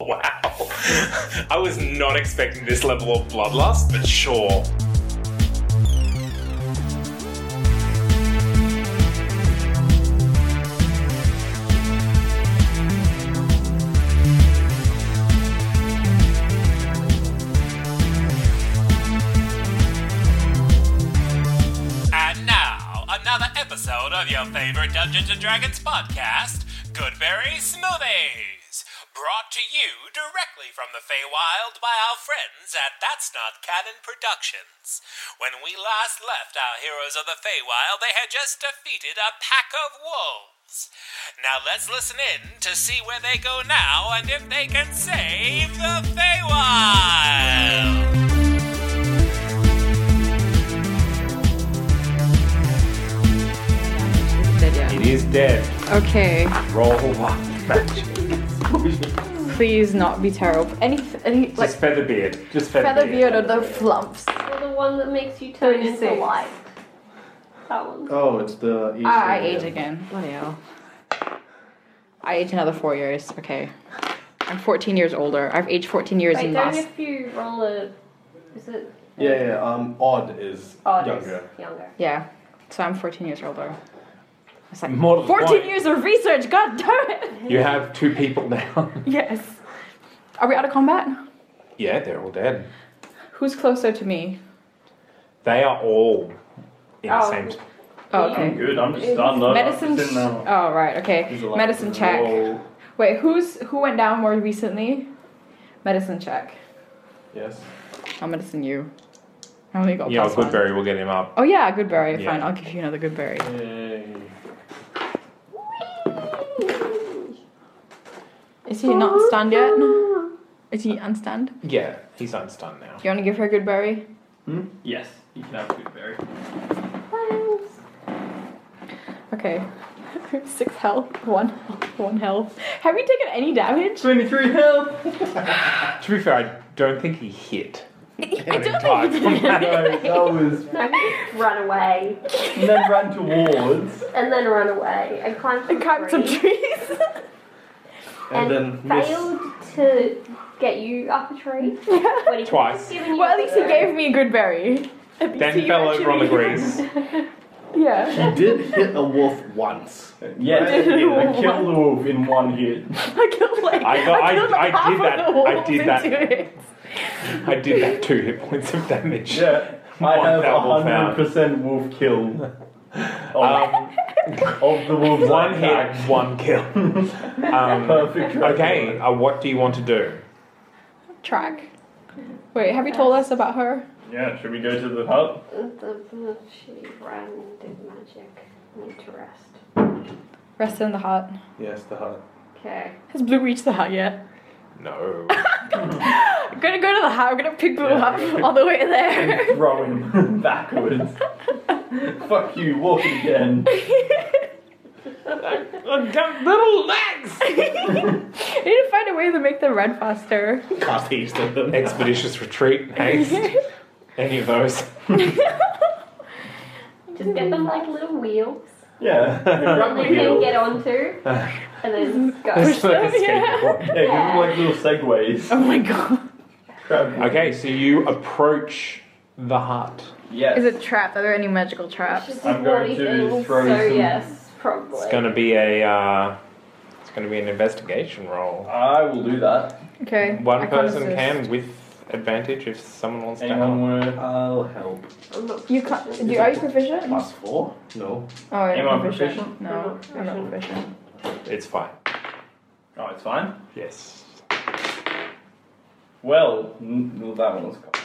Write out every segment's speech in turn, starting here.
Wow. I was not expecting this level of bloodlust, but sure. And now, another episode of your favorite Dungeons and Dragons podcast, Goodberry Smoothies. Brought to you directly from the Feywild by our friends at That's Not Canon Productions. When we last left our heroes of the Feywild, they had just defeated a pack of wolves. Now let's listen in to see where they go now and if they can save the Feywild. It is dead. Okay, Roll one match. please not be terrible. Any, any like Just feather beard. Just feather, feather beard or the flumps. Or the one that makes you turn into 36. light. That one. Oh, it's the East Ah, I Indian. age again. Bloody hell. I age another four years. Okay, I'm 14 years older. I've aged 14 years Wait, in don't last. if you roll a. Is it. Yeah, yeah. Um, odd is Oh, it is younger. Younger. Yeah, so I'm 14 years older. It's like More to the 14 point. years of research. God damn it. You have two people now. Yes. Are we out of combat? yeah, they're all dead. Who's closer to me? They are all in the Oh. same. Oh, okay. Good. I'm just done though. uh, Medicine. Ch- oh, right. Okay. Medicine check. Wait, who's who went down more recently? Medicine check. Yes. I'll medicine you. I only got Yeah, plus one. Goodberry will get him up. Oh yeah, good berry. Yeah. Fine, I'll give you another good berry. Yay. Is he not stunned yet? Is he unstunned? Yeah, he's unstunned now. You want to give her a good berry? Yes, you can have good berry. Okay. Six health, one health, one health. Have you taken any damage? Twenty-three health. To be fair, I don't think he hit. I don't think you did. No, that was No, just run away. and then ran towards And then run away. And climb some I climbed some trees. trees. and, then And failed to get you up a tree. When he Twice. could've given you well, at least he a- gave me a good berry. At least Then he fell over on the actually- grease. Yeah. missed. He did hit a wolf once. Yeah, Right? I killed the wolf in one hit. I killed like I got- I- killed, like, I did half of that. the I wolves did that. into it. I did that two hit points of damage. Yeah, I One have double hundred percent wolf kill of, Um, of the wolves. one I hit, attacked. one kill. Um, Perfect. okay, uh, what do you want to do? Track. Wait, have you told us about her? Yeah, should we go to the hut? The- the- She ran and did magic. Need to rest. Rest in the hut. Yes, the hut. Okay. Has Blue reached the hut yet? No. I'm gonna go to the hut. I'm gonna pick Blue Yeah. up all the way there. Throw him backwards. Fuck you, wolf again. I've got little legs! I need to find a way to make them run faster. Cast haste at them. Expeditious retreat, haste, any of those. Just get them like little wheels Yeah. that they can get onto. And then just go. It's like a skateboard. Yeah, give them like little segues. Oh my god. Crab. Okay, so you approach the hut. Yes. Is it trapped? Are there any magical traps? She's I'm bloody going to thing, throw so some- yes, probably. It's gonna be a, uh, it's gonna be an investigation roll. I will do that. Okay. One I can't person assist. can with advantage if someone wants to Anyone help. want I'll help. I'm not You can't. Do, are you proficient? Oh, Plus four. No. I'm Am I proficient. No, I'm not proficient. It's fine. Oh, it's fine. Yes. Well, n- well, that one was cocked.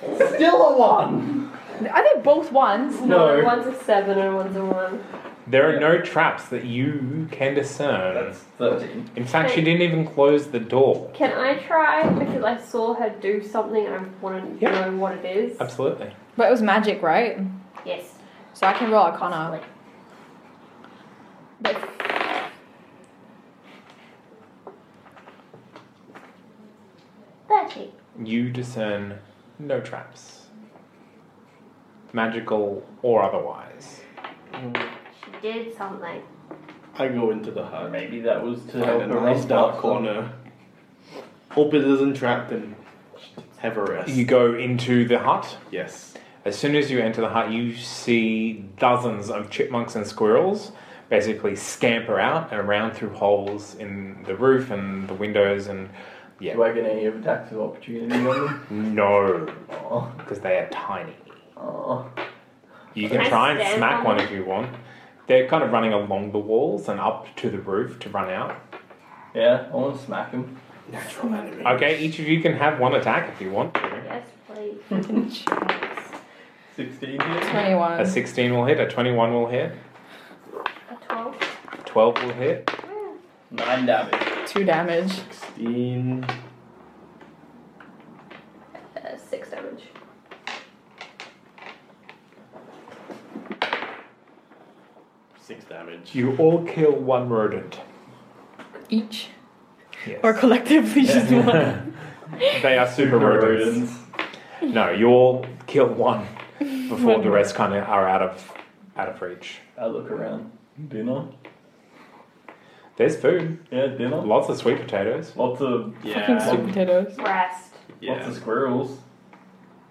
So. Still a one. Are they both ones? No, No. one's a seven and one's a one. There are no traps that you can discern. That's 13. In fact, she didn't even close the door. Can I try? Because I saw her do something and I want to Yeah. know what it is. Absolutely. But it was magic, right? Yes. So I can roll Arcana. But Thirty. You discern no traps, magical or otherwise. She did something. I go into the hut. Maybe that was to Find help a her nice rest dark up. corner. Hope it isn't trapped and have a rest. You go into the hut. yes. As soon as you enter the hut, you see dozens of chipmunks and squirrels basically scamper out and around through holes in the roof and the windows and yeah. Do I get any attacks of opportunity on them? No, Oh, because they are tiny. oh. You can I try and stand smack on one them? if you want. They're kind of running along the walls and up to the roof to run out. Yeah, I want to smack him. Natural enemy. Okay, each of you can have one attack if you want to. Yes, please. 16 here. A 21. 16 will hit, a 21 will hit, A twelve. 12 will hit. 9 damage. 2 damage. 16. Uh, six damage. Six damage. You all kill one rodent. Each? Yes. Or collectively just one? They are super rodents. No, you all kill one before the rest kind of are out of out of reach. I look around. Dinner? There's food. Yeah, dinner. Lots of sweet potatoes. Lots of Fucking Yeah. sweet potatoes. Rest. lots of squirrels.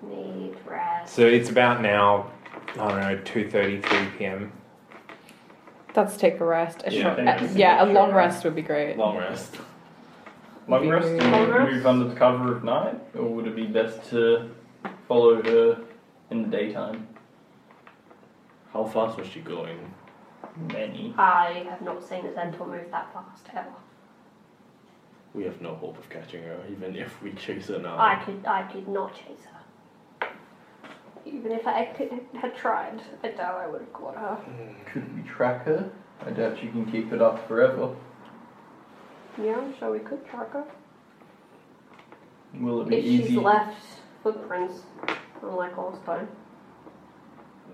Need rest. So it's about now, I don't know, 2.30, 3 p.m. That's take a rest. A Yeah, short, thank uh, you. yeah, a Short long rest. rest would be great. Long rest. Long rest? Very- Do Long we rest? move under the cover of night? Or would it be best to follow her in the daytime? How fast was she going? Many. I have not seen a centaur move that fast ever. We have no hope of catching her, even if we chase her now. I could. I did not chase her. Even if I could, had tried, I doubt I would have caught her. Could we track her? I doubt she can keep it up forever. Yeah, so we could track her. Will it be If easy? she's left footprints on like Allstone.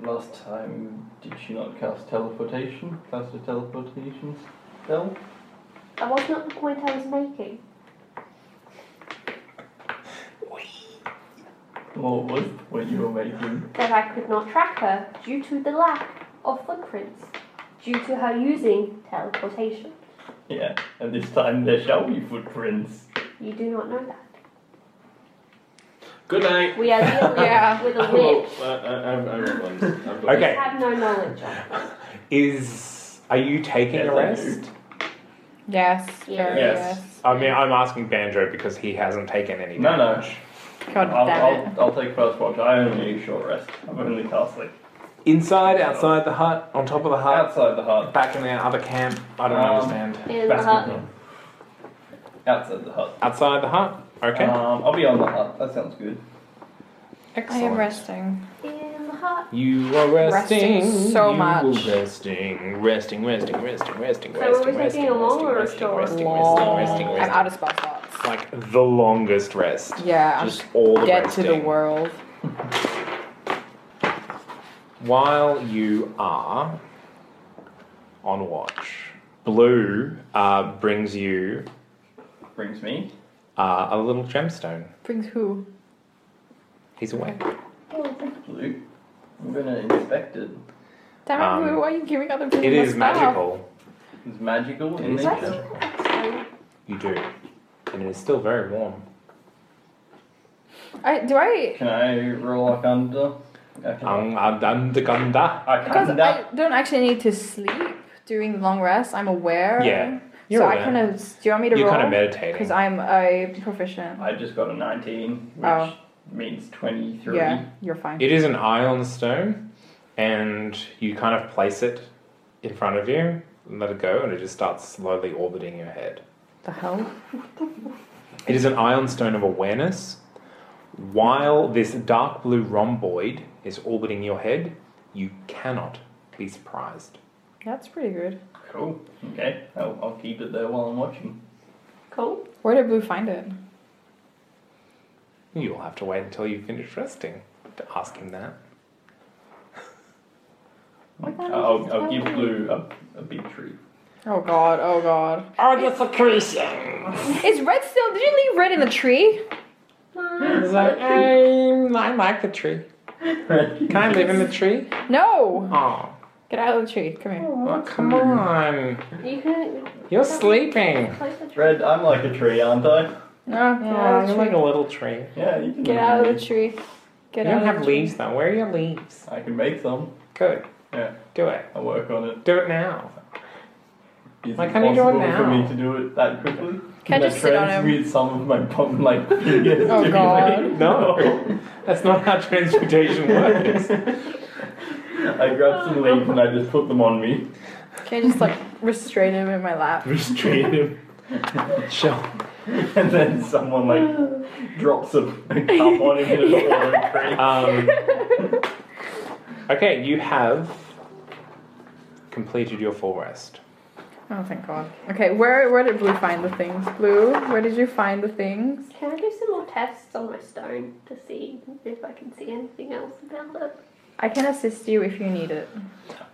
Last time, did she not cast teleportation? Cast a teleportation spell? That was not the point I was making. What was what you were making? That I could not track her due to the lack of footprints, due to her using teleportation. Yeah, and this time there shall be footprints. You do not know that. Good night. We are dealing Yeah. with a Well, witch. I, I, I'm, I'm, I'm, I'm We Okay, have no knowledge of. is... Are you taking Yes, a I rest? do. Yes, very Yes. yes. I mean, I'm asking Banjo because he hasn't taken any No, no. damage. God I'll, damn it. I'll, I'll take first watch. I only need a short rest. I've only cast like Inside, outside the hut, on top of the hut, outside the hut. back in the other camp. I don't Um, understand. In the hut. Outside the hut. Outside the hut? Okay. Uh, Um, I'll be on the hut. That sounds good. I Excellent. am resting. In the hut. You are resting, Resting so you much. Were resting, resting, resting, resting, resting, So are we resting, taking resting, a long resting, or a resting, short? resting, Long. resting, resting, I'm out of spell slots. Like the longest rest. Yeah, I'm Just all the Get to resting. the world. While you are on watch, Blue uh, brings you Brings me. uh, a little gemstone. Brings who? He's away. Blue. I'm gonna inspect it. Damn it, Um, Blue, why are you giving other people It my is stuff? magical. It's magical in It is nature. magical. You do. And it is still very warm. I, do I? Can I roll like under? I can. Um, and- and the gunda. I Because can I don't actually need to sleep during long rest. I'm aware. Yeah, you're so I aware. kind of. Do you want me to You're roll? kind of meditating. Because I'm a proficient. I just got a 19, which Oh. means 23. Yeah, you're fine. It is an ion stone, and you kind of place it in front of you, and let it go, and it just starts slowly orbiting your head. the hell? It is an ion stone of awareness. While this dark blue rhomboid is orbiting your head, you cannot be surprised. That's pretty good. Cool. Okay, I'll, I'll keep it there while I'm watching. Cool. Where did Blue find it? You'll have to wait until you finish resting to ask him that. I'll, I'll give Blue a, a big treat. Oh god, oh god. Oh, that's a creation! Is red still? Did you leave red in the tree? It's like, I'm, I like the tree. Can I live in the tree? No! Oh, Get out of the tree. Come here. well, come on. You can You're sleeping. place the tree. Red, I'm like a tree, aren't I? No, get out Oh, of you're the like tree. a little tree. Yeah, you can. Get out of the tree. You Get don't out of have the tree. leaves though. Where are your leaves? I can make some. Good. Yeah, Do it. I'll work on it. Do it now. Is Why it can't you do it possible for now? me to do it that quickly? Can I just sit on him? transmute some of my pom- my fingers? Oh, to you? God. No. That's not how transmutation works. I grabbed some leaves and I just put them on me. Can I just like restrain him in my lap? Restrain him, Sure. and then someone like drops a, a cup on him in a water creek. Um, okay, you have completed your full rest. Oh, thank God. Okay, where where did Blue find the things? Blue, where did you find the things? Can I do some more tests on my stone to see if I can see anything else about it? I can assist you if you need it,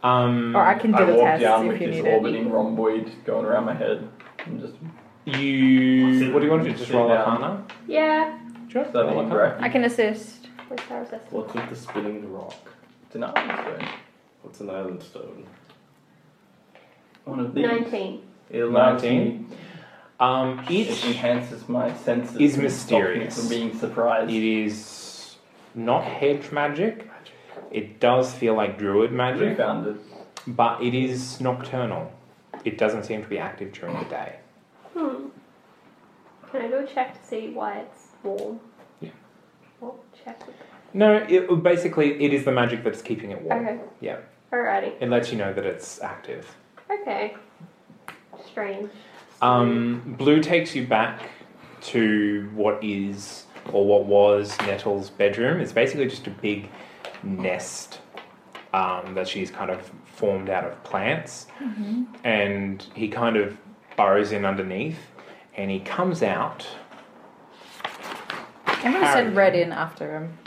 Um, or I can do I the walk tests down if with you this need it. orbiting rhomboid going around my head. And just you. What do you want to do? Just Sit roll down. Arcana? Yeah. Sure. that roll mean Arcana. Bracky? I can assist. With our assessment. What's with the spinning rock? Deny this one. What's an island stone? One of these. 19. It'll Nineteen. Um, It it, enhances my senses. Is and stops me mysterious. From being surprised. it is not hedge magic. It does feel like druid We magic, found it. but it is nocturnal. It doesn't seem to be active during the day. Hmm. Can I do a check to see why it's warm? Yeah. What check? would- No, it, basically, it is the magic that's keeping it warm. Okay. Yeah, Alrighty. it lets you know that it's active. Okay. Strange. Um, Blue takes you back to what is or what was Nettle's bedroom. It's basically just a big nest um, that she's kind of formed out of plants, and he kind of burrows in underneath, and he comes out. I'm gonna send Red in after him.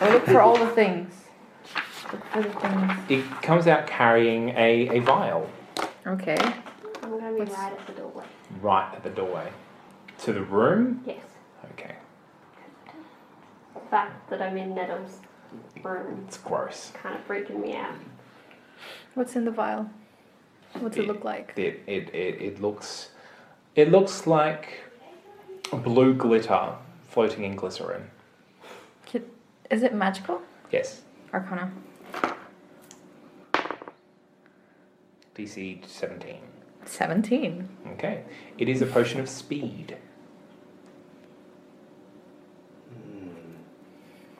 Or look for all the things. Look for the things. He comes out carrying a, a vial Okay. I'm gonna be What's- right at the doorway. right at the doorway to the room. Yes. Okay, The fact that I'm in Nettle's room it's gross. kind of freaking me out. What's in the vial? What's it look like? It, it, it, it looks it looks like blue glitter floating in glycerin. Kid- Is it magical? Yes. Arcana. DC 17. 17. Okay. It is a potion of speed.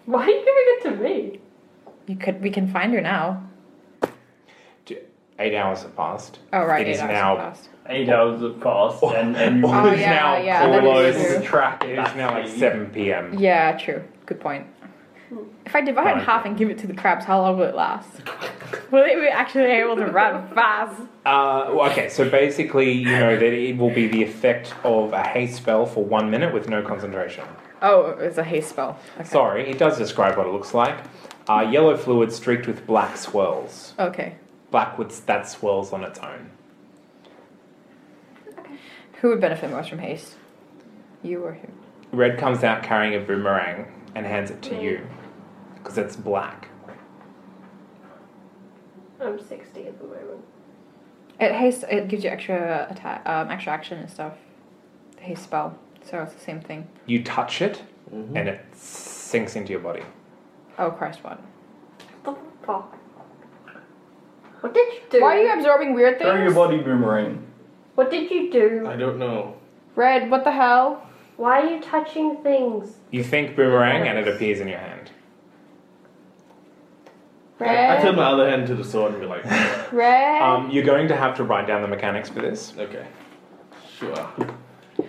Why are you giving it to me? You could. We can find her now. D- Eight hours have passed. Oh right. It eight is hours now. have passed. Eight hours have passed, and, and Oh, It is yeah, now yeah, that is close. true. track It is now like 7 p.m. Yeah. True. Good point. Hmm. If I divide Right. half and give it to the crabs, how long will it last? will it be actually able to run fast? Uh, well, okay, so basically, you know that it will be the effect of a haste spell for one minute with no concentration. Oh, it's a haste spell. Okay. Sorry, it does describe what it looks like. Uh, yellow fluid streaked with black swirls. Okay. Black with that swirls on its own. Who would benefit most from haste? You or him? Red comes out carrying a boomerang and hands it to you because it's black. I'm 60 at the moment. It haste. It gives you extra attack, um, extra action and stuff. The haste spell. So it's the same thing. You touch it and it sinks into your body. Oh Christ, what? What the fuck? What did you do? Why are you absorbing weird Throw your things? body boomerang. What did you do? I don't know. Red, what the hell? Why are you touching things? You think boomerang and it appears in your hand. Red, I turn my other hand to the sword and be like, red. Um, you're going to have to write down the mechanics for this. okay, sure.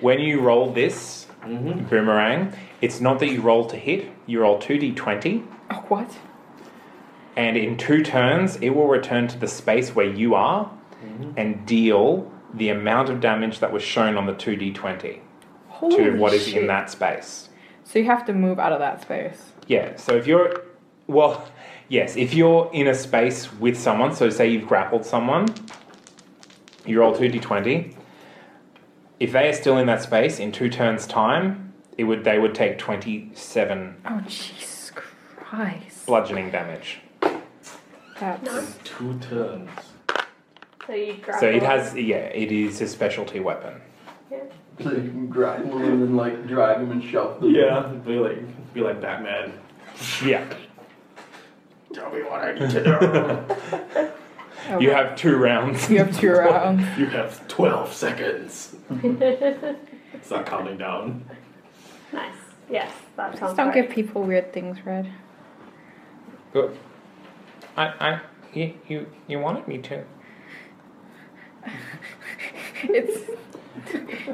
When you roll this Mm-hmm. boomerang, it's not that you roll to hit, you roll 2d20 oh, what? and in two turns, it will return to the space where you are and deal the amount of damage that was shown on the 2d20 Holy to what is shit. in that space. So you have to move out of that space. Yeah, so if you're, well, yes, if you're in a space with someone, so say you've grappled someone, you roll 2d20. If they are still in that space in two turns' time, it would they would take 27 Oh Jesus Christ! bludgeoning damage. That's Two turns. So you grab So it has, yeah, it is a specialty weapon. So you can grapple them and like drag them and shove them. Yeah, be like, be like Batman. Yeah, Tell me what I need to know. you have two rounds. you have two rounds. you have 12 seconds. it's not counting down. Nice. Yes, that sounds Just don't right. give people weird things, Red. Good. I, I, you, you, you wanted me to. It's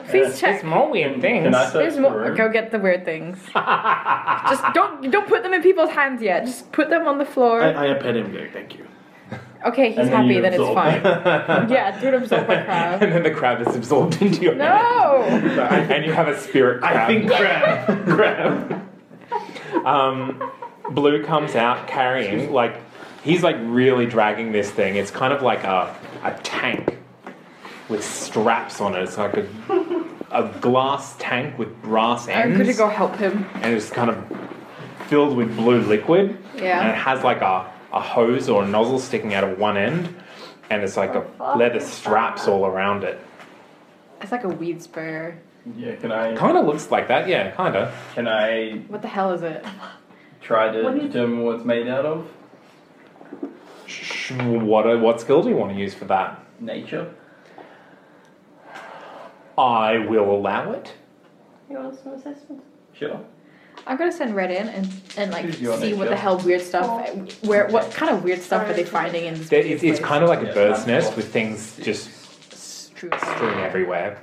please check. It's more weird things. Can I search There's the more. room? Go get the weird things. Just don't don't put them in people's hands yet. Just put them on the floor. I, I pet him there, thank you. okay, he's And then happy. you Then it's absorb fine. yeah, do it absorbed by crowd. and then the crab is absorbed into your hand. No. and you have a spirit crab. I think crab. crab. um, Blue comes out carrying like he's like really dragging this thing. It's kind of like a a tank with straps on it. It's like a a glass tank with brass I'm ends, going Oh, to go help him. and it's kind of filled with blue liquid. Yeah. and it has like a a hose or a nozzle sticking out of one end, and it's like a leather straps all around it. It's like a weed sprayer. Yeah. Can I Kind of looks like that. Yeah, kind of. can I What the hell is it? try to What do you- determine what it's made out of? Sh- What uh, what skill do you want to use for that? Nature. I will allow it. You want some assistance? Sure. I'm gonna send Red in and, and like Who's your see what nature? the hell weird stuff, where what kind of weird stuff are they finding in this? There- It's, it's kind of like a Yeah, bird's that's nest cool. with things just strewn. strewn everywhere.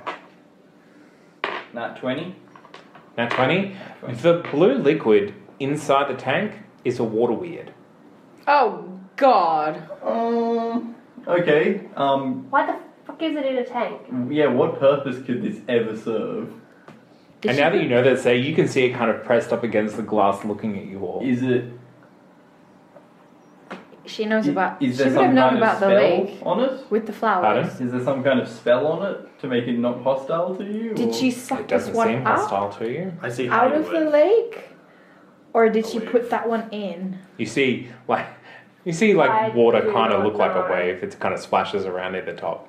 Nat twenty. Now, 20, Twenty. the blue liquid inside the tank is a water weird. Oh God! Um. Okay. Um. Why the fuck is it in a tank? Yeah. What purpose could this ever serve? Did and she- now that you know that, say, you can see it kind of pressed up against the glass looking at you all. Is it? she knows about, Is she there would have some known kind about of the spell lake on it? with the flowers. Pardon? Is there some kind of spell on it to make it not hostile to you? or- Did she suck It this doesn't one seem up hostile to you. I see out of the Hollywood. lake, or did she Away. put that one in? You see, like, you see, like, I water do kind of not look like a know. wave. It kind of splashes around at the top.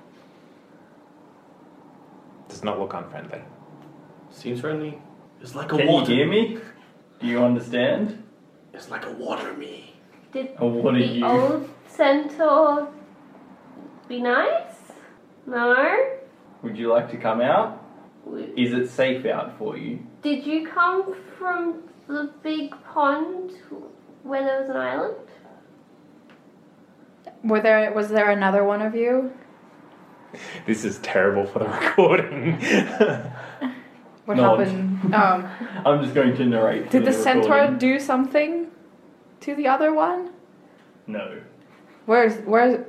Does not look unfriendly. Seems friendly. It's like a Can you water. hear me? Do you understand? It's like a water me. Did Oh, what are the you? old centaur be nice? No? Would you like to come out? W- Is it safe out for you? Did you come from the big pond where there was an island? Were there was there another one of you? This is terrible for the recording. What No. happened? um, I'm just going to narrate. for did the centaur recording. do something to the other one? No. Where's where's?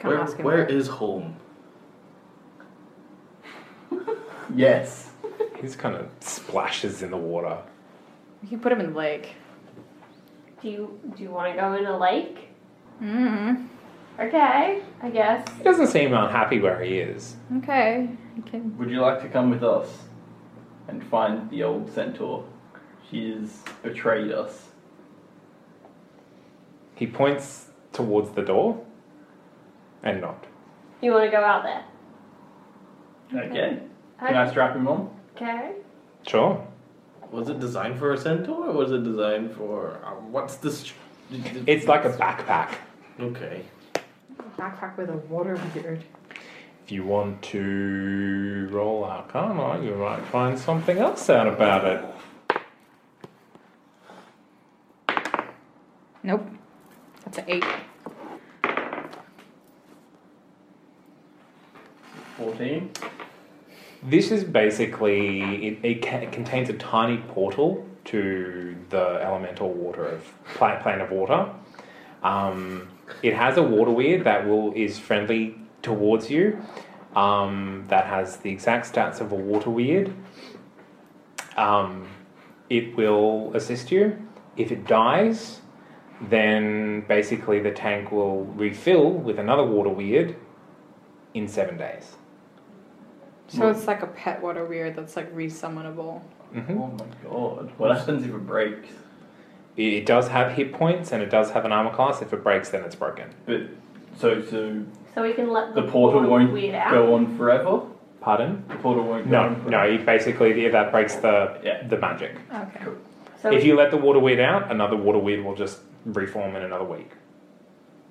Can I Where, ask him where that? is home? Yes. He's kind of splashes in the water. You can put him in the lake. Do you do you want to go in a lake? Mm. Okay, I guess. He doesn't seem unhappy where he is. Okay. You can. Would you like to come with us and find the old centaur? She's betrayed us. He points towards the door and not. You want to go out there? Okay. Can I strap him on? Okay. Sure. Was it designed for a centaur or was it designed for. Uh, what's this? ch- It's like a backpack. Okay. Backpack with a water beard. If you want to roll Arcana, you might find something else out about it. Nope. That's an eight. 14. This is basically, it, it, ca- it contains a tiny portal to the elemental water of, pla- plane of water. Um, it has a water weird that will is friendly towards you. Um, that has the exact stats of a water weird. Um, it will assist you. If it dies, then basically the tank will refill with another water weird in seven days. So it's like a pet water weird that's like resummonable. hmm Oh my god. What happens if it breaks? It it does have hit points and it does have an armor class. If it breaks, then it's broken. But so so So we can let the portal won't weird out. go on forever. Pardon? The portal won't go No, on forever. no. You basically that breaks the Yeah. the magic. Okay. So If we- you let the water weed out, another water weed will just reform in another week.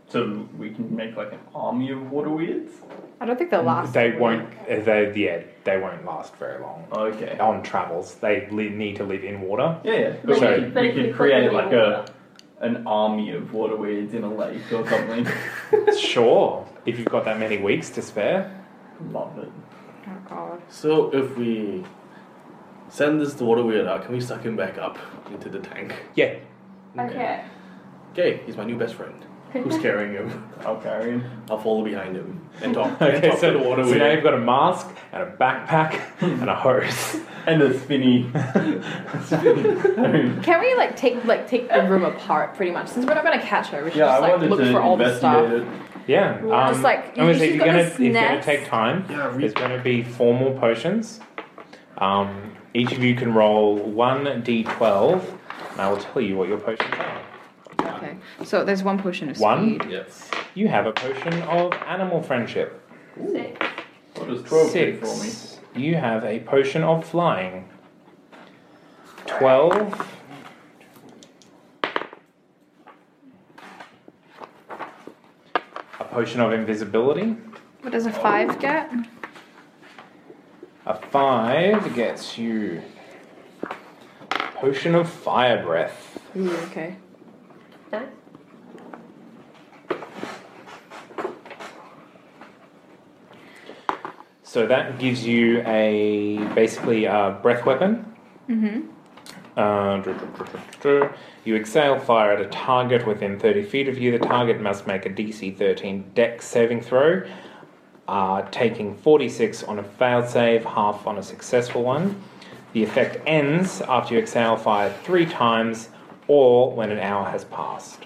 So we can make like an army of water weirds. I don't think they'll last. a They week. won't. They yeah. They won't last very long. Okay. On travels, they li- need to live in water. Yeah, yeah. But But So- we could, but we if we could put create them in like water. a an army of water weirds in a lake or something. Sure, if you've got that many weeks to spare. Love it. Oh god. So if we send this the water weird out, can we suck him back up into the tank? Yeah. Okay. Okay, he's my new best friend. Who's carrying him? I'll carry him. I'll follow behind him and talk. and Okay, talk so, to the water so now weird. you've got a mask and a backpack and a hose. And a spinny. spinny. Can we like take like take the room apart pretty much? Since we're not gonna catch her, we should yeah, I just like wanted look to for all the investigate stuff. it. Yeah. Um, Just like, I'm gonna you- say you've if got you're gonna, this it's gonna nest. take time. Yeah, re- There's gonna be four more potions. Um, each of you can roll one d12, and I will tell you what your potions are. Okay. So there's one potion of speed. One? Yes. You have a potion of animal friendship. Six. What does twelve do Six. for me? You have a potion of flying. Twelve. A potion of invisibility. What does a five get? A five gets you. Potion of fire breath. Ooh, okay. Nice. So that gives you a basically a breath weapon. Mm-hmm. Uh, dr- dr- dr- dr- dr. you exhale fire at a target within 30 feet of you. The target must make a DC 13 dex saving throw, uh, taking 46 on a failed save, half on a successful one. The effect ends after you exhale fire three times or when an hour has passed.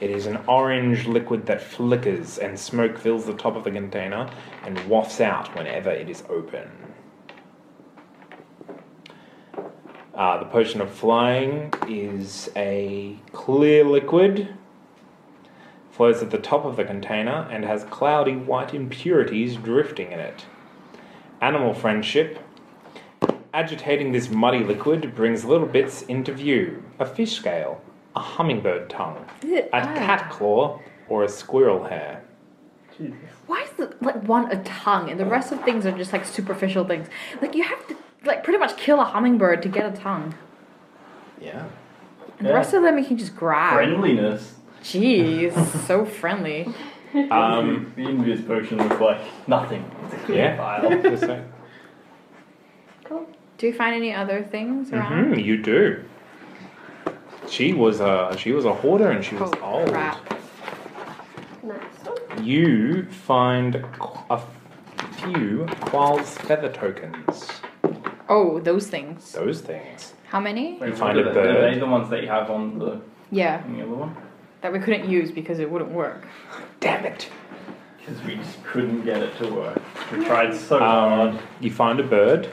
It is an orange liquid that flickers and smoke fills the top of the container and wafts out whenever it is open. Uh, the potion of flying is a clear liquid, flows at the top of the container, and has cloudy white impurities drifting in it. Animal friendship. Agitating this muddy liquid brings little bits into view a fish scale, a hummingbird tongue, Ew, a ah. cat claw, or a squirrel hair. Jesus. Why is the, like one a tongue and the rest of things are just like superficial things? Like you have to like pretty much kill a hummingbird to get a tongue. Yeah. And the Yeah. rest of them you can just grab. Friendliness. Jeez, so friendly. Um, the envious potion looks like nothing. It's a clear Yeah. vial. just like- Cool. Do you find any other things around? Mhm, you do. She was a she was a hoarder and she was Oh, old. crap. Nice. You find qu- a few Qual's feather tokens. Oh, those things. Those things. How many? Wait, find what a are they- are bird. they the ones that you have on the, Yeah, on the other one? that we couldn't use because it wouldn't work. Damn it! Because we just couldn't get it to work. We tried so hard. Um, you find a bird,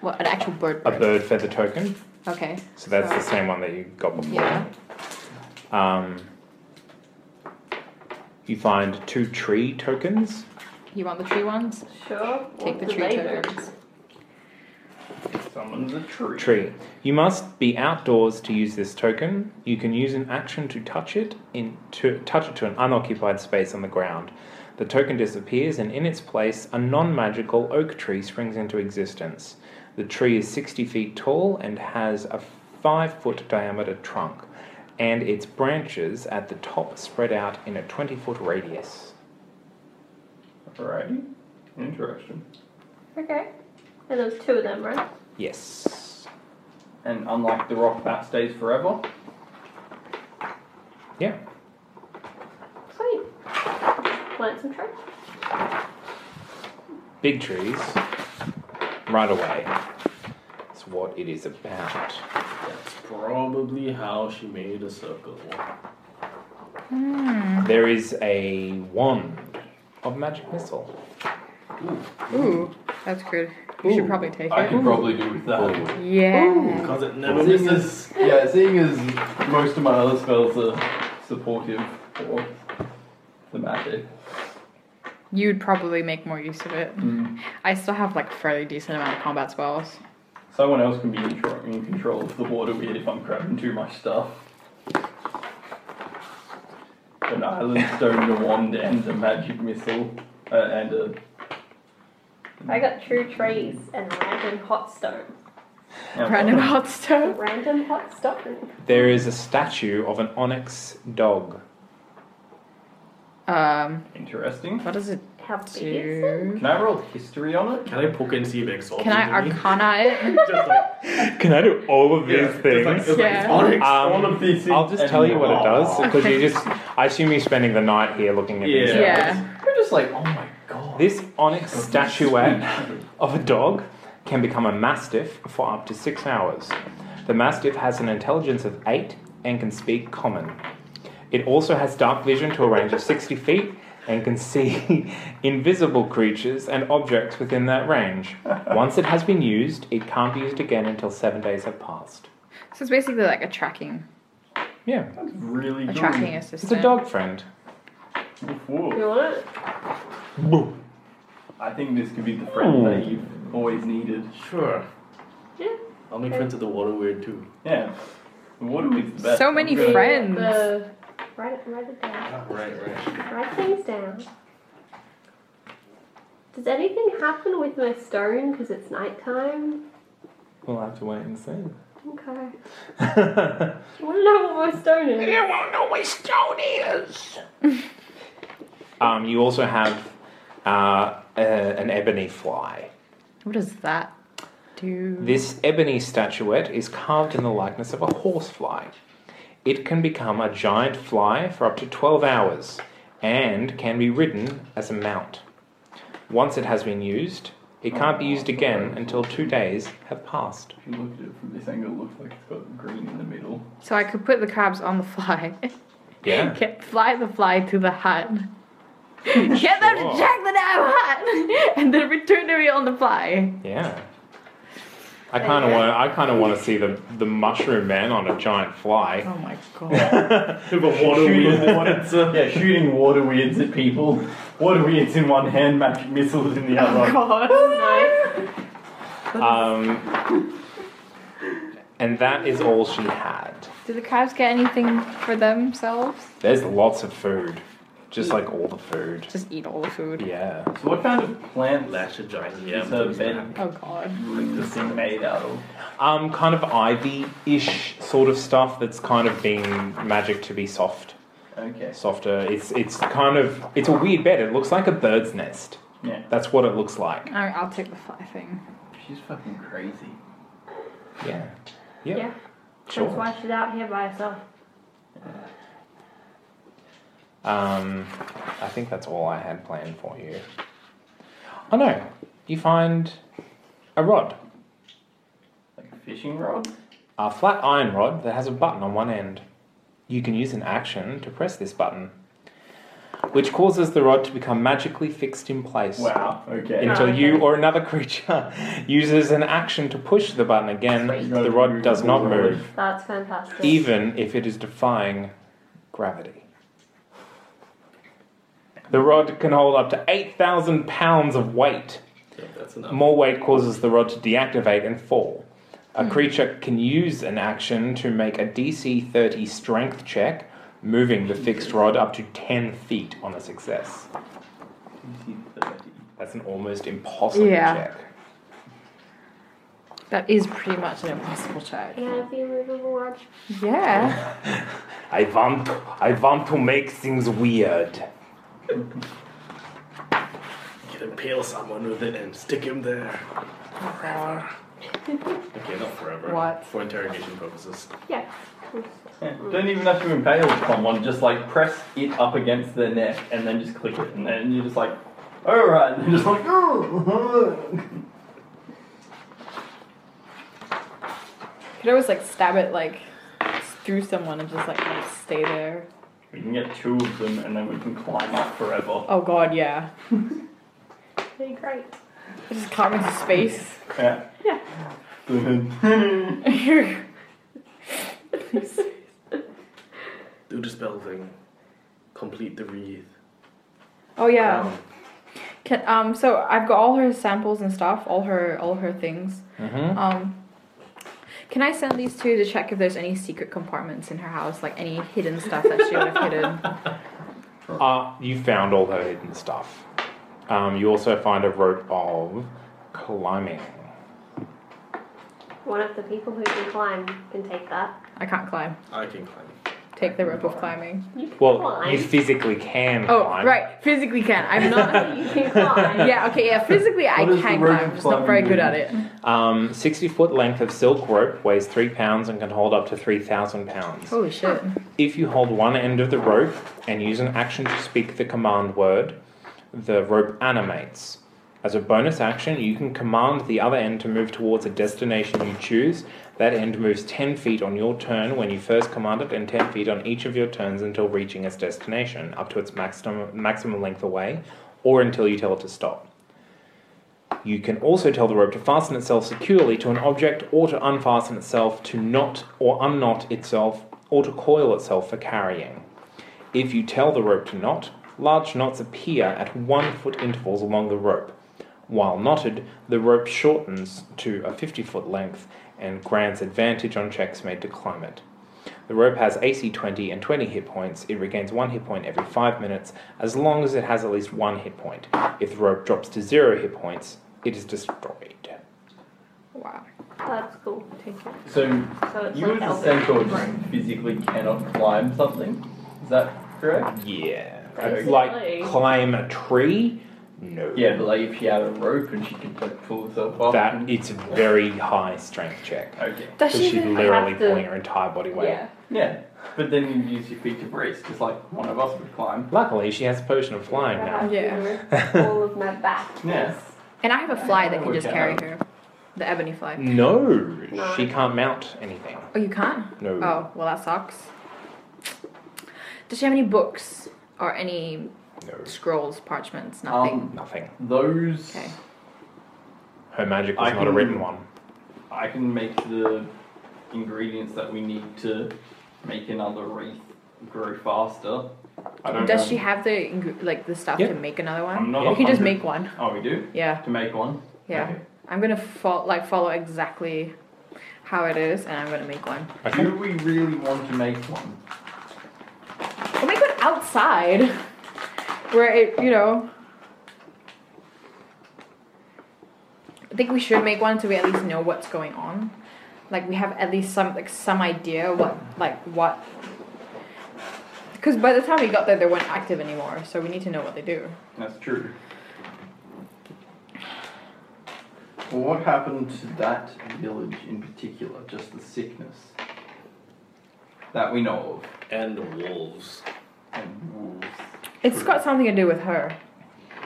What, an actual bird? a bird. bird feather token. Okay. So that's the same one that you got before. Yeah. Um, you find two tree tokens. You want the tree ones? Sure. Take What the do tree they do? tokens. Someone's a tree. Tree. You must be outdoors to use this token. You can use an action to touch it in to touch it to an unoccupied space on the ground. The token disappears, and in its place, a non-magical oak tree springs into existence. The tree is 60 feet tall and has a five-foot diameter trunk, and its branches at the top spread out in a 20-foot radius. Alrighty. Interesting. Okay. And there's two of them, right? Yes. And unlike the rock, that stays forever. Yeah. Plant some trees. Big trees. Right away. That's what it is about. That's probably how she made a circle. There is a wand of magic missile. Ooh, that's good. You should Ooh, probably take I it. could probably do with that. Yeah. Because it never Seeing misses. as, yeah, seeing as most of my other spells are supportive or thematic. You'd probably make more use of it. Mm. I still have like a fairly decent amount of combat spells. Someone else can be in, tr- in control of the water weird if I'm grabbing too much stuff. An island stone, a wand, and a magic missile, uh, and a I got true trees and random hot stone. and Random Oh. a- hot stone. Random hot stone. There is a statue of an onyx dog. Um, Interesting. what does it How big is it? do? Can I roll history on it? Can I poke and see if it solves Can I it to me? arcana it? Just like, Can I do all of these yeah, Just like, it's like, Yeah. it's onyx. Um, All of these I'll things just tell you what it and- does because Okay. you just. I assume you're spending the night here looking at these. Yeah. Yeah. You're just like, oh my god. This onyx statuette of a dog can become a mastiff for up to six hours. The mastiff has an intelligence of eight and can speak common. It also has dark vision to a range of 60 feet and can see invisible creatures and objects within that range. Once it has been used, it can't be used again until seven days have passed. So it's basically like a tracking, Yeah, really a good. tracking it's assistant. a dog friend. Whoa. You want it? I think this could be the friend that Hmm. you've always needed. Sure. Yeah. I'll make friends with the water weird too. Yeah. What do we the best? So I'm many gonna- friends. The, write, it, write it down. Right, right. Write things down. Does anything happen with my stone because it's nighttime? We'll have to wait and see. Okay. Do you want to know what my stone is? You won't know where stone is. um, you also have uh, a, an ebony fly. What does that do? This ebony statuette is carved in the likeness of a horsefly. It can become a giant fly for up to 12 hours and can be ridden as a mount. Once it has been used, it can't be used again until two days have passed. If you looked at it from this angle, it looks like it's got green in the middle. So I could put the crabs on the fly. Yeah. Get, fly the fly to the hut. Get them to Sure. check the damn hut, and then return to me on the fly. Yeah. I kind of want. I kind of want to see the the mushroom man on a giant fly. Oh my god. If a water Shooting weird. water, yeah, shooting water weirds at people. Water weirds in one hand, magic missiles in the other. Oh, Um, and that is all she had. Do the crabs get anything for themselves? There's lots of food, just like all the food. Just eat all the food. Yeah. So what kind of plant Lash a giant. Yeah. is her I'm bed Oh god. like this thing made out of? Um, kind of ivy-ish sort of stuff that's kind of been magic to be soft, Okay. softer. It's it's kind of it's a weird bed. It looks like a bird's nest. Yeah. That's what it looks like. Alright, I'll take the fly thing. She's fucking crazy. Yeah. Yeah. Yeah. Sure. That's why she's out here by herself. Um, I think that's all I had planned for you. Oh no, you find a rod, Like a fishing rod? a flat iron rod that has a button on one end. You can use an action to press this button, which causes the rod to become magically fixed in place. Wow. Okay. Until Oh, you okay. or another creature uses an action to push the button again, Sweet. the rod does not move, That's fantastic. even if it is defying gravity. The rod can hold up to 8,000 pounds of weight. Yeah, that's enough. More weight causes the rod to deactivate and fall. A creature can use an action to make a DC 30 strength check, moving the fixed rod up to 10 feet on a success. DC 30. That's an almost impossible Yeah. check. That is pretty much an impossible check. Can I be movable rod? Yeah. I want, I want to make things weird. You can impale someone with it and stick him there. Oh, God. Okay, not forever. What? For interrogation purposes. Yeah. Yeah, Don't even have to impale someone, just like press it up against their neck and then just click it, and then you're just like, alright, and just like, oh! Could always like stab it like through someone and just like stay there. we can get two of them and then we can climb up forever. Oh god, yeah. Be great. It just caught me into space. Yeah. Yeah. Good. Do the spell thing. Complete the wreath. oh yeah. Um, Can, um, so I've got all her samples and stuff, all her all her things. Mm-hmm. Um, can I send these to to check if there's any secret compartments in her house, like any hidden stuff that she would have hidden? Uh, you found all her hidden stuff. Um, you also find a rope of climbing. One of the people who can climb can take that. I can't climb. I can climb. Take the rope of climbing. You can Well, climb. you physically can Oh, climb. right. Physically can. I'm not. you can climb. yeah. Okay. Yeah. Physically, I What is the can rope climb. of I'm just not very climbing good do? at it. Um, 60 foot length of silk rope weighs 3 pounds and can hold up to 3,000 pounds. Holy shit. If you hold one end of the rope and use an action to speak the command word, the rope animates. As a bonus action, you can command the other end to move towards a destination you choose. That end moves 10 feet on your turn when you first command it, and 10 feet on each of your turns until reaching its destination, up to its maximum, maximum length away, or until you tell it to stop. You can also tell the rope to fasten itself securely to an object or to unfasten itself, to knot or unknot itself, or to coil itself for carrying. If you tell the rope to knot, large knots appear at one foot intervals along the rope. While knotted, the rope shortens to a 50 foot length and grants advantage on checks made to climb it. The rope has AC 20 and 20 hit points. It regains one hit point every 5 minutes as long as it has at least one hit point. If the rope drops to zero hit points, it is destroyed. Wow. That's cool. Take it. So, So it's you like as the Albert. centaur just physically cannot climb something? Is that correct? Yeah. Basically. Like climb a tree? No. Yeah, but like if she had a rope and she could like pull herself up. That and- it's a very high strength check. Okay. Does So she's even literally have to- pulling her entire body weight. Yeah. Yeah, but then you use your feet to brace, just like one of us would climb. Luckily, she has a potion of flying now. Yeah. All of my back. Yeah. And I have a fly that can We just can. Mm. carry her. The ebony fly. No, No. she can't mount anything. Oh, you can't? No. Oh, well, that sucks. Does she have any books or any No, scrolls, parchments, nothing? Um, nothing. those. Okay. Her magic was I not a can- written one. I can make the ingredients that we need to make another wreath grow faster. I don't Does know. she have the ing- like the stuff Yeah. to make another I'm one? not You can just 100 make one. Oh, we do? Yeah, To make one? yeah. Okay. I'm gonna fo- like follow exactly how it is, and I'm gonna make one. Okay. Do we really want to make one? We'll make one outside, where it you know. I think we should make one so we at least know what's going on. Like we have at least some like some idea what like what. Because by the time we got there, they weren't active anymore, so we need to know what they do. That's true. Well, what happened to that village in particular? Just the sickness that we know of, And wolves. and wolves. It's got something to do with her.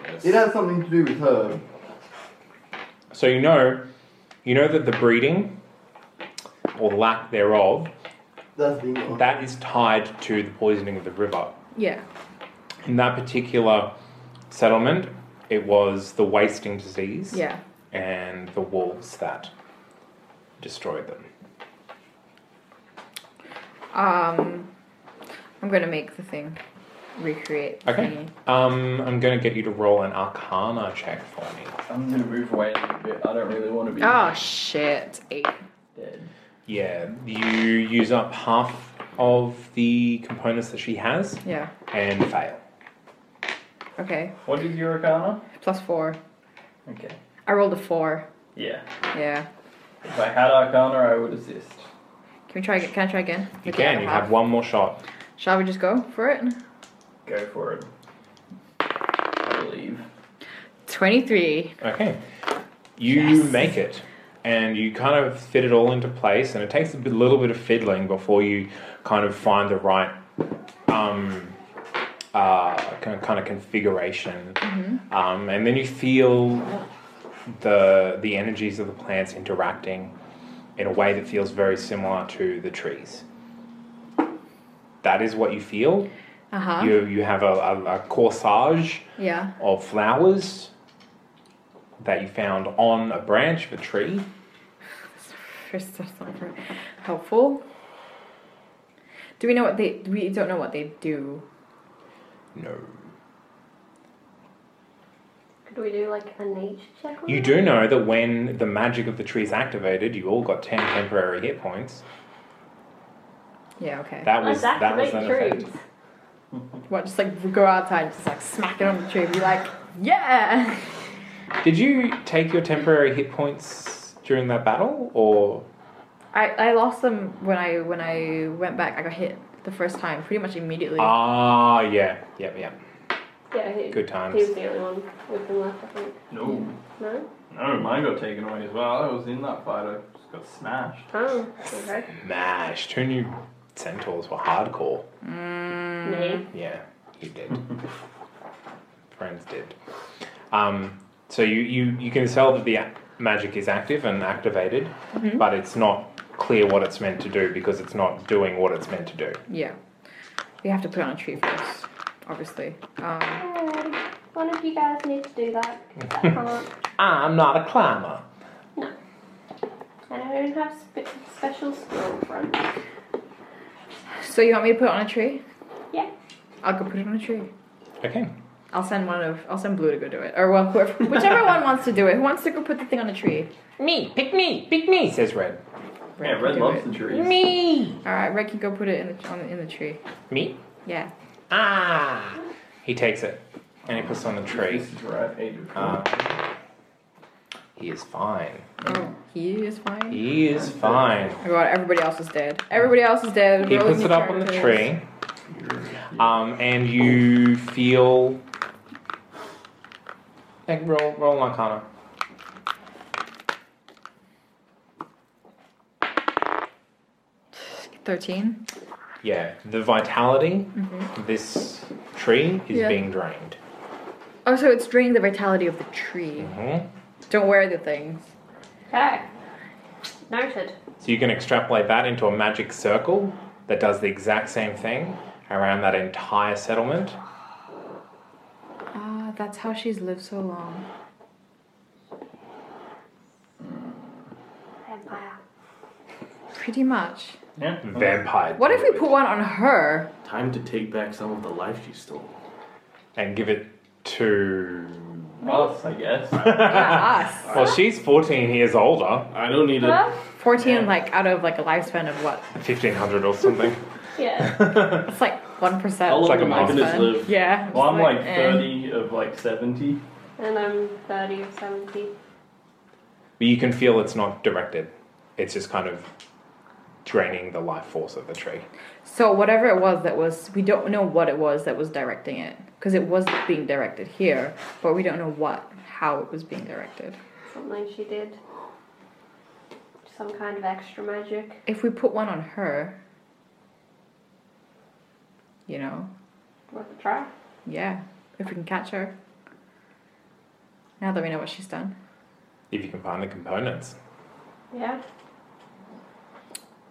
Yes. It has something to do with her. So you know, you know that the breeding, or lack thereof, That's the that is tied to the poisoning of the river. Yeah. In that particular settlement, it was the wasting disease Yeah. and the wolves that destroyed them. Um, I'm gonna make the thing recreate. the Okay. thingy. Um, I'm going to get you to roll an arcana check for me. I'm gonna move away a little bit. I don't really want to be Oh shit! Eight. dead. Yeah, you use up half of the components that she has Yeah. and fail. Okay. What is your arcana? Plus four. Okay. I rolled a four. Yeah. Yeah. If I had arcana, I would assist. Can we try? aga- Can I try again? You With the can, other you half? have one more shot. Shall we just go for it? Go for it. I believe. Twenty-three. Okay. You Yes. make it. and you kind of fit it all into place, and it takes a bit- little bit of fiddling before you kind of find the right um, uh, kind, of, kind of configuration, um, and then you feel the the energies of the plants interacting in a way that feels very similar to the trees. That is what you feel. Uh huh. You you have a, a, a corsage Yeah. of flowers that you found on a branch of a tree. First, that's not very helpful. Do we know what they? We don't know what they do. No. Could we do like a nature check? on You it? do know that when the magic of the tree is activated, you all got ten temporary hit points. Yeah. Okay. That was Let's that was activate an trees. effect. What? Just like go outside, and just like smack it on the tree, and be like, yeah. Did you take your temporary hit points during that battle, or I, I lost them when I when I went back. I got hit the first time, pretty much immediately. ah yeah yep yep Yeah, he, good he times. was the only one with them left, I think. No, No? no, mine got taken away as well. I was in that fight. I just got smashed. Oh, okay. Mashed. Who knew centaurs were hardcore? Me. Yeah, you did. Friends did. Um, so you, you, you can tell that the a- magic is active and activated, but it's not clear what it's meant to do because it's not doing what it's meant to do. Yeah. We have to put it on a tree first, obviously. Um, Alrighty. One of you guys need to do that. I can't. I'm not a climber. No. And I don't have spe- special skill friends. so you want me to put it on a tree? Yeah. I'll go put it on a tree. Okay. I'll send one of I'll send Blue to go do it, or well, whoever, whichever one wants to do it. Who wants to go put the thing on a tree? Me, pick me, pick me, says Red. Yeah, can Red do loves it. the trees. Me. All right, Red can go put it in the on the, in the tree. Me? Yeah. Ah. He takes it and he puts it on the tree. This is where I hated. Uh, he is fine. Oh, he is fine. He is fine. Oh my god, everybody else is dead. Everybody else is dead. He Rose puts it and up on the Charlotte. tree, um, and you feel. Like roll, roll an Arcana. Thirteen. Yeah, the vitality of this tree is Mm-hmm. Yeah. being drained. Oh, so it's draining the vitality of the tree. Mhm. Don't wear the things. Okay. Noted. So you can extrapolate that into a magic circle that does the exact same thing around that entire settlement. Ah, that's how she's lived so long. Vampire. Pretty much. Yeah. Vampire. What if we druid, put one on her? Time to take back some of the life she stole. and give it to? Us, I guess. Yeah, us. Well, she's fourteen years older, I don't need it. Huh? 14 like out of like a lifespan of what fifteen hundred or something. Yeah. it's like 1% How long like a am I gonna monster. live? yeah Well, I'm like eh. 30 of like 70. and I'm 30 or 70. But you can feel it's not directed. It's just kind of draining the life force of the tree. so whatever it was that was we don't know what it was that was directing it because it was being directed here but we don't know what how it was being directed Something she did. Some kind of extra magic. if we put one on her you know Worth a try. yeah if we can catch her now that we know what she's done If you can find the components. Yeah.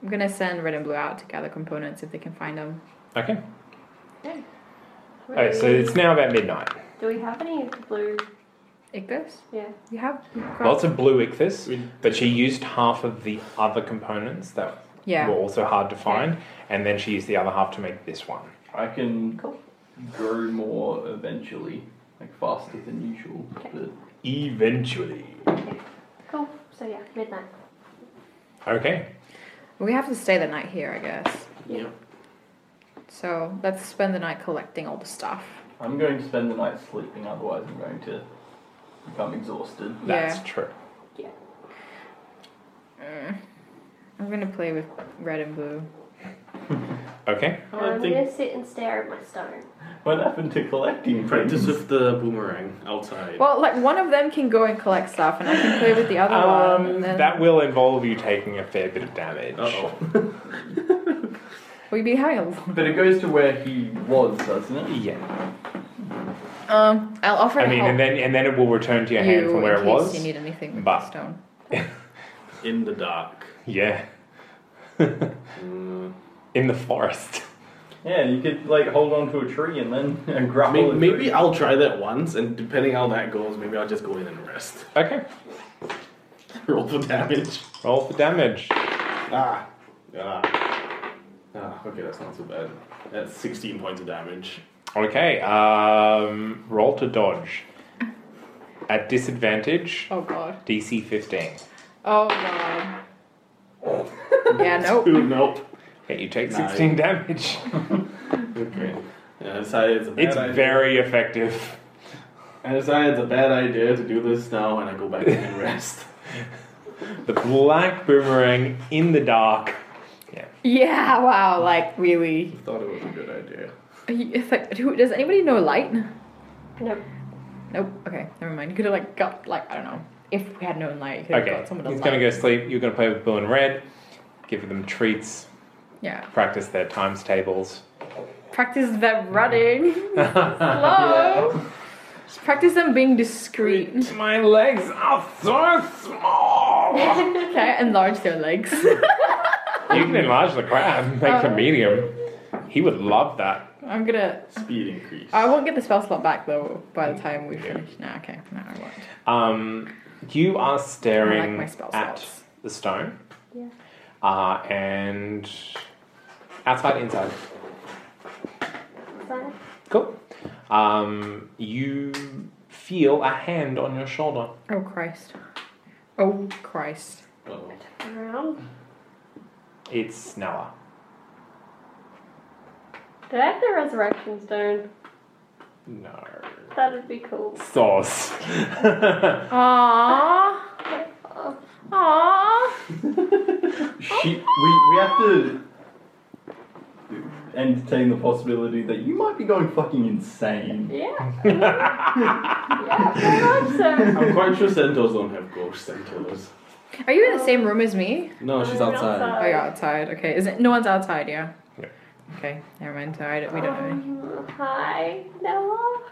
i'm gonna send red and blue out to gather components if they can find them Okay. What Alright, do so we- it's now about midnight. Do we have any of the blue? ichthys Yeah. you have you've got- Lots of blue ichthys, but she used half of the other components that yeah were also hard to find, and then she used the other half to make this one. I can Cool. grow more eventually, like faster than usual. But Eventually. Cool. So yeah, midnight. Okay. We have to stay the night here, I guess. Yeah. So let's spend the night collecting all the stuff. I'm going to spend the night sleeping, otherwise, I'm going to become exhausted. That's Yeah. true. Yeah. I'm gonna play with red and blue. Okay. Um, And I'm gonna sit and stare at my stone. What happened to collecting? things? Practice with the boomerang outside. Well, like one of them can go and collect stuff, and I can play with the other one. Um, And then that will involve you taking a fair bit of damage. Uh-oh. we'd be having a. But it goes to where he was, doesn't it? Yeah. Um, I'll offer. I to mean, help and then and then it will return to your you hand from where in it case was. You need anything with but- the stone. In the dark. yeah. In the forest. Yeah, you could like hold on to a tree and then and grapple. Maybe, a maybe tree. I'll try that once, and depending how that goes, maybe I'll just go in and rest. Okay. Roll for damage. Roll for damage. Ah. Ah. Ah, okay, that's not so bad. That's 16 points of damage. Okay. Um, roll to dodge. At disadvantage, Oh god. DC 15. Oh god. yeah. Nope. Ooh, nope. Okay, you take Nice. 16 damage. Okay. Yeah, I decided it's a bad It's idea. very effective. I decided it's a bad idea to do this now, and I go back in and rest. The black boomerang in the dark. Yeah. Yeah. Wow. Like really. Thought it was a good idea. It's like, who, does anybody know light? Nope. Nope. Okay. Never mind. You could have like got like I don't know. If we had known light, you could have Okay. got someone to He's light. going to go sleep. You're going to play with blue and red. Give them treats. Yeah. Practice their times tables. Practice them running. Hello. Just practice them being discreet. My legs are so small. Okay. Enlarge their legs. you can enlarge the crab, make Oh. them medium. He would love that. I'm gonna. Speed increase. I won't get the spell slot back though by Mm. the time we finish. Nah. Okay. No, I won't. Um, you are staring I like my spell at slots. the stone. Yeah. Uh, and outside, inside. Fine. Cool. Um, you feel a hand on your shoulder. Oh Christ. Oh Christ. Uh-oh. Around. It's Nella. Did I have the resurrection stone? No. That'd be cool. Sauce. Aww. Oh, Aww. She, we, we have to entertain the possibility that you might be going fucking insane. yeah. yeah, pretty much so. I'm quite sure centaurs don't have ghost centaurs. Are you in the same room as me? No, she's outside. Oh, you're outside. Okay. Is it? No one's outside. Yeah. Yeah. Okay. Never mind. So I don't, we don't know. any- Um, hi, Noah.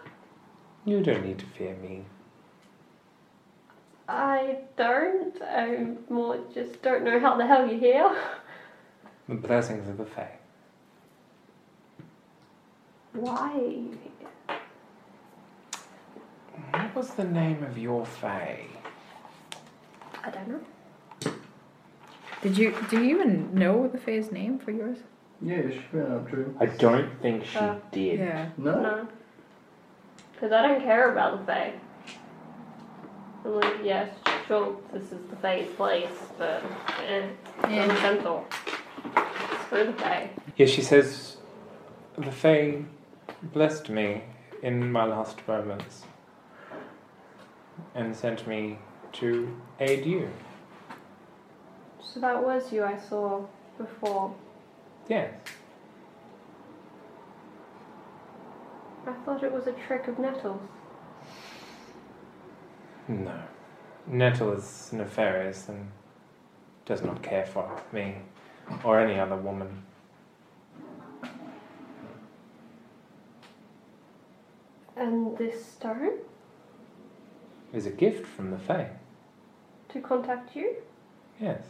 you don't need to fear me. I don't. I more just don't know how the hell you're here. The blessings of the Fae. Why are you here? What was the name of your Fae? I don't know. Did you? Do you even know the Faye's name for yours? Yeah, she went up to him. I don't think she Uh, did. Yeah. No. No. Because I don't care about the Fae. I'm like, yes, sure, this is the Fae's place, but eh, I'm a Yeah. centaur. Screw the Fae. Yeah, she says, The Fae blessed me in my last moments and sent me to aid you. So that was you I saw before. Yes. I thought it was a trick of nettles. No. Nettle is nefarious and does not care for me or any other woman. And this stone It is a gift from the Fae. to contact you? Yes.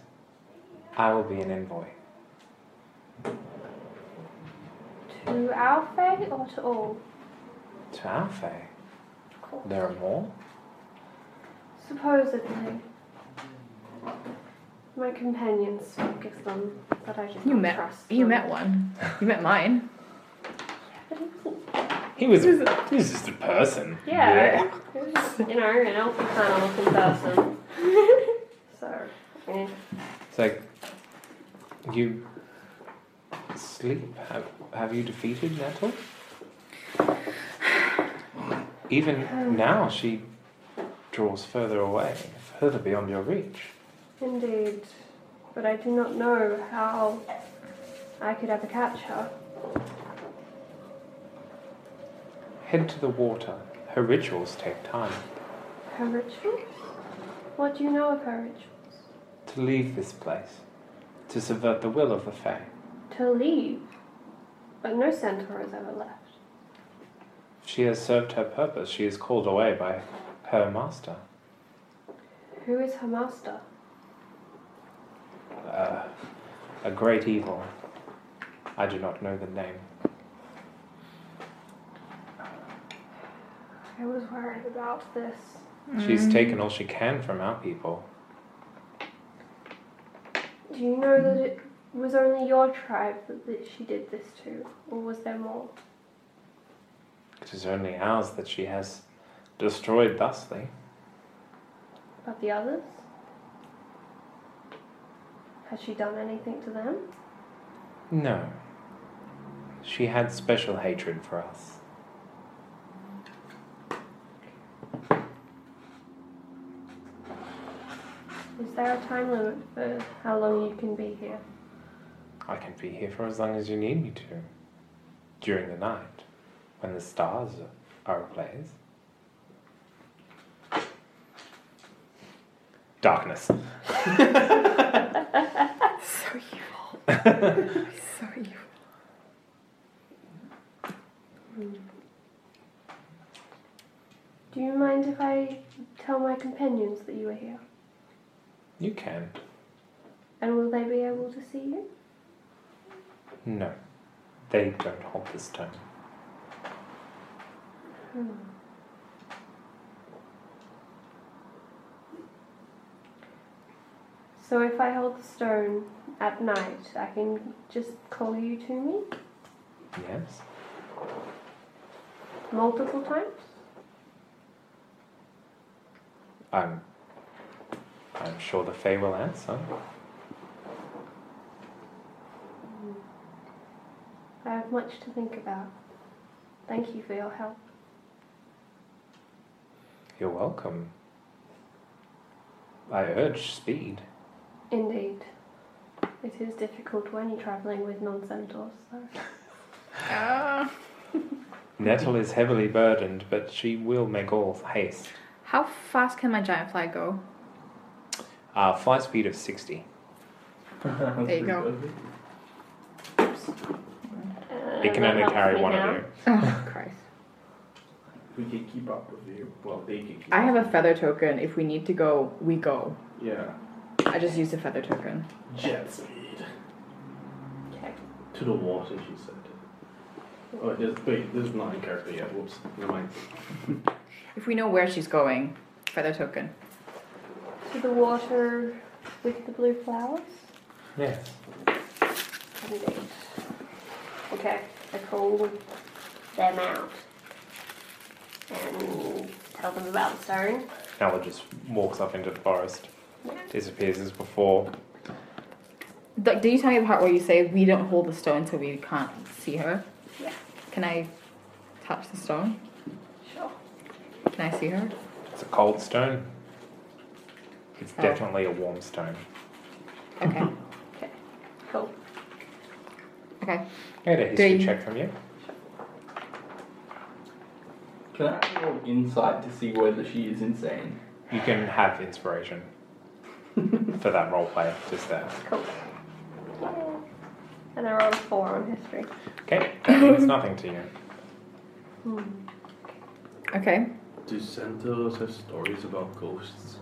I will be an envoy. To our Fae or to all? To our Fae. Of course. There are more? Supposedly. My companions focused on that I just You don't met. trust. You them. met one. You met mine. But it wasn't He was, he was just a person. Yeah. You know, an alpha kind of looking person. so, I mean, It's like you sleep. Have, have you defeated Nettle? Even now, she draws further away, further beyond your reach. indeed. But I do not know how I could ever catch her. Head to the water. Her rituals take time. Her rituals? What do you know of her rituals? To leave this place. To subvert the will of the Fae. To leave. But no centaur has ever left. She has served her purpose. She is called away by her master. Who is her master? Uh, a great evil. I do not know the name. I was worried about this. She's taken all she can from our people. Do you know that it was only your tribe that, that she did this to? Or was there more? It is only ours that she has destroyed thusly. About the others? Has she done anything to them? No. She had special hatred for us. Is there a time limit for how long you can be here? I can be here for as long as you need me to. During the night, when the stars are ablaze. Darkness. So evil. so evil. Do you mind if I tell my companions that you are here? You can. And will they be able to see you? No. They don't hold this tone. So if I hold the stone at night, I can just call you to me Yes? multiple times? I'm. I'm sure the Fae will answer. I have much to think about. Thank you for your help. You're welcome. I urge speed. Indeed. It is difficult when you're travelling with non-centaurs, though. Nettle is heavily burdened, but she will make all haste. How fast can my giant fly go? Uh, fly speed of 60. There you go. It can only carry one of you. Oh, Christ. We can keep up with you. Well, they can keep I have up. a feather token. If we need to go, we go. Yeah. I just used a feather token. Jet speed. Okay. To the water, she said. Oh, there's, wait, there's not in character yet. Whoops. Never mind. If we know where she's going, feather token. To the water with the blue flowers? Yes. Indeed. Okay, I call them out. And tell them about the stone. Nala just walks up into the forest, Yeah. disappears as before. Like, do you tell me the part where you say we don't hold the stone so we can't see her? Yeah. Can I touch the stone? Sure. Can I see her? It's a cold stone. It's Oh. definitely a warm stone. Okay. Okay. Cool. Okay. Get a history Three. check from you. Can I have a little insight to see whether she is insane? You can have inspiration for that roleplay just there. Cool. Yeah. And I rolled a four on history. Okay, that means nothing to you. Okay. Do centaurs have stories about ghosts?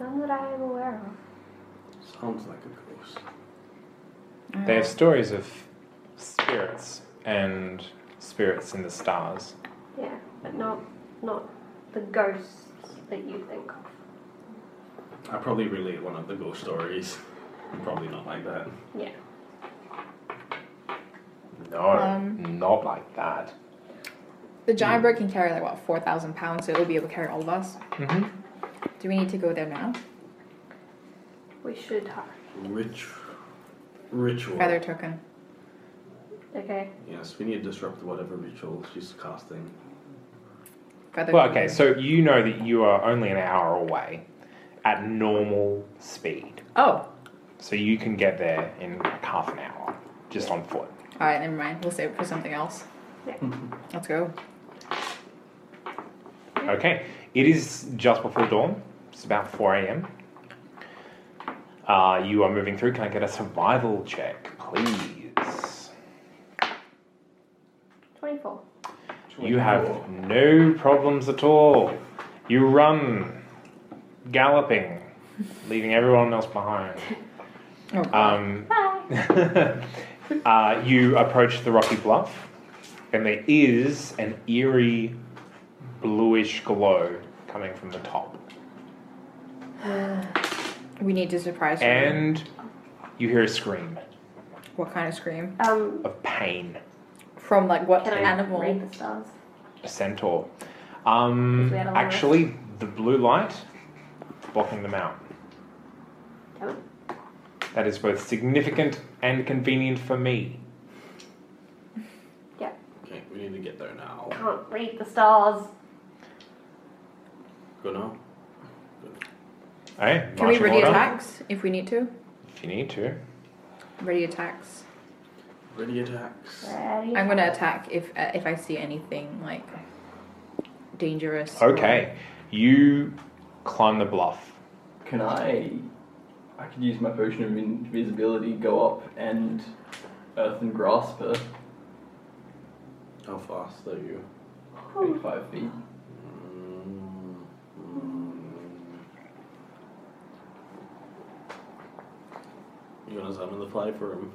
None that I am aware of. Sounds like a ghost. They have stories of spirits and spirits in the stars. Yeah, but not not the ghosts that you think of. I probably relate one of the ghost stories. I'm probably not like that. Yeah. No, Um. not like that. The giant Mm-hmm. bird can carry like what four thousand pounds, so it'll be able to carry all of us. hmm Do we need to go there now? We should hurry. Rit- ritual. Feather token. Okay. Yes, we need to disrupt whatever ritual she's casting. Feather. Well, token. okay, so you know that you are only an hour away at normal speed. Oh. So you can get there in like half an hour, just on foot. All right. Never mind. We'll save it for something else. Mm-hmm. Let's go. Okay, it is just before dawn. It's about four a.m. Uh, you are moving through. Can I get a survival check, please? 24. You have no problems at all. You run, galloping, leaving everyone else behind. Oh, Um, Bye. uh, you approach the rocky bluff, and there is an eerie bluish glow coming from the top. we need to surprise her. And you hear a scream what kind of scream? Um, of pain, From like what can I animal? read the stars? a centaur. Um, Is that a light? actually, the blue light is blocking them out. Damn it. That is both significant and convenient for me. Yeah, Okay, we need to get there now. can't read the stars. Good now. Hey, Can we marching ready order, attacks if we need to? If you need to. Ready attacks. Ready attacks. Ready? I'm gonna attack if uh, if I see anything like dangerous. Okay, you climb the bluff. Can I? I could use my potion of invisibility, go up and earth and grasp her. How fast are you? Eighty-five feet. Mm, mm. You gonna summon the fly for him?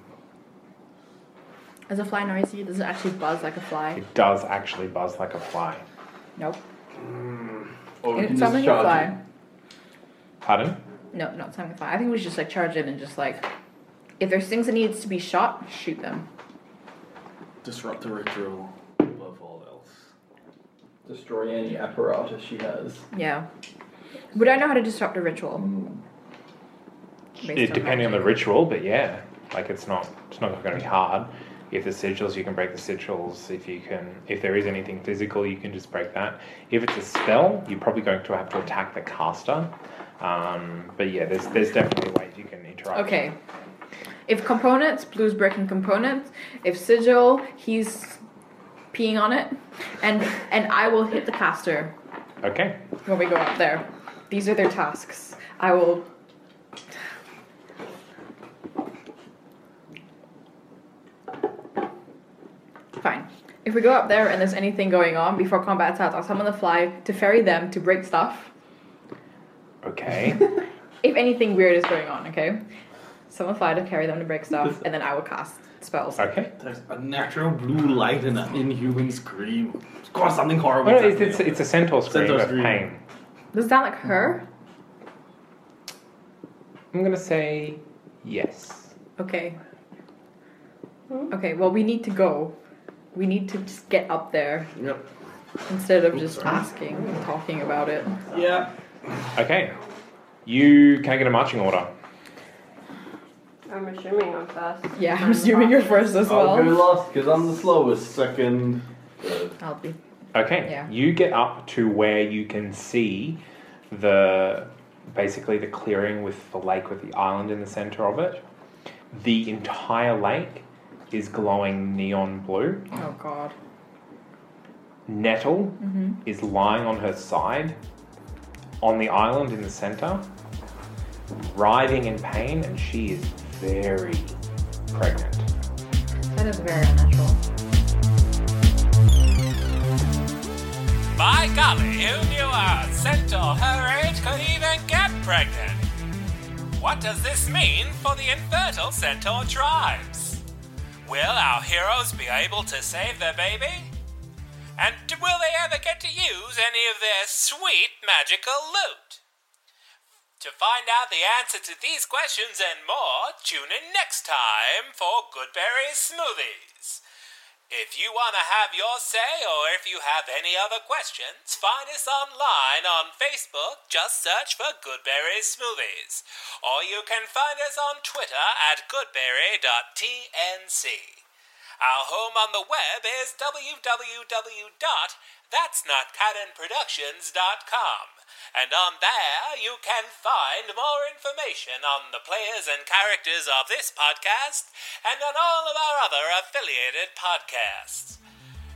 Is a fly noisy? Does it actually buzz like a fly? It does actually buzz like a fly. Nope. Oh, Or we It's can something a just charge fly. it. Pardon? No, not something a fly. I think we should just like charge in and just like, if there's things that needs to be shot, shoot them. Disrupt the ritual above all else. Destroy any apparatus she has. Yeah. Would I know how to disrupt a ritual? Based It, depending on the magic? ritual, but yeah, like it's not it's not going to be hard. If there's sigils, you can break the sigils. If you can, if there is anything physical, you can just break that. If it's a spell, you're probably going to have to attack the caster. Um, but yeah, there's there's definitely ways you can interact. Okay. If components, blues breaking components. If sigil, he's peeing on it, and and I will hit the caster Okay. when we go up there. These are their tasks. I will. Fine. If we go up there and there's anything going on before combat starts, I'll summon the fly to ferry them to break stuff. Okay. If anything weird is going on, okay? Summon fly to carry them to break stuff, and then I will cast spells. okay. There's a natural blue light and an inhuman scream. Of course, something horrible. Well, is it's, it's, happening. it's a centaur scream Centaur of scream. pain. Does it sound like her? I'm going to say yes. Okay. Okay, well, we need to go. We need to just get up there Yep. instead of just asking and talking about it. Yeah. Okay. You can I get a marching order? I'm assuming I'm first. Yeah, I'm assuming you're first as well. I'll go last because I'm the slowest. Second. I'll be. Okay. Yeah. You get up to where you can see the basically the clearing with the lake with the island in the center of it. The entire lake is glowing neon blue. Oh god. Nettle is lying on her side on the island in the center, writhing in pain, and she is very pregnant. That is very unnatural. By golly, who knew a centaur her age could even get pregnant? What does this mean for the infertile centaur tribes? Will our heroes be able to save their baby? And d- will they ever get to use any of their sweet magical loot? To find out the answer to these questions and more, tune in next time for Goodberry Smoothies. If you want to have your say or if you have any other questions, find us online on Facebook. Just search for Goodberry Smoothies. Or you can find us on Twitter at goodberry.tnc. Our home on the web is www.that'snotcattenproductions.com. And on there, you can find more information on the players and characters of this podcast and on all of our other affiliated podcasts.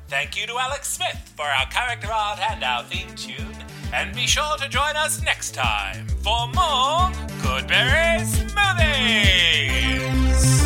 Thank you to Alex Smith for our character art and our theme tune. And be sure to join us next time for more Goodberry Smoothies!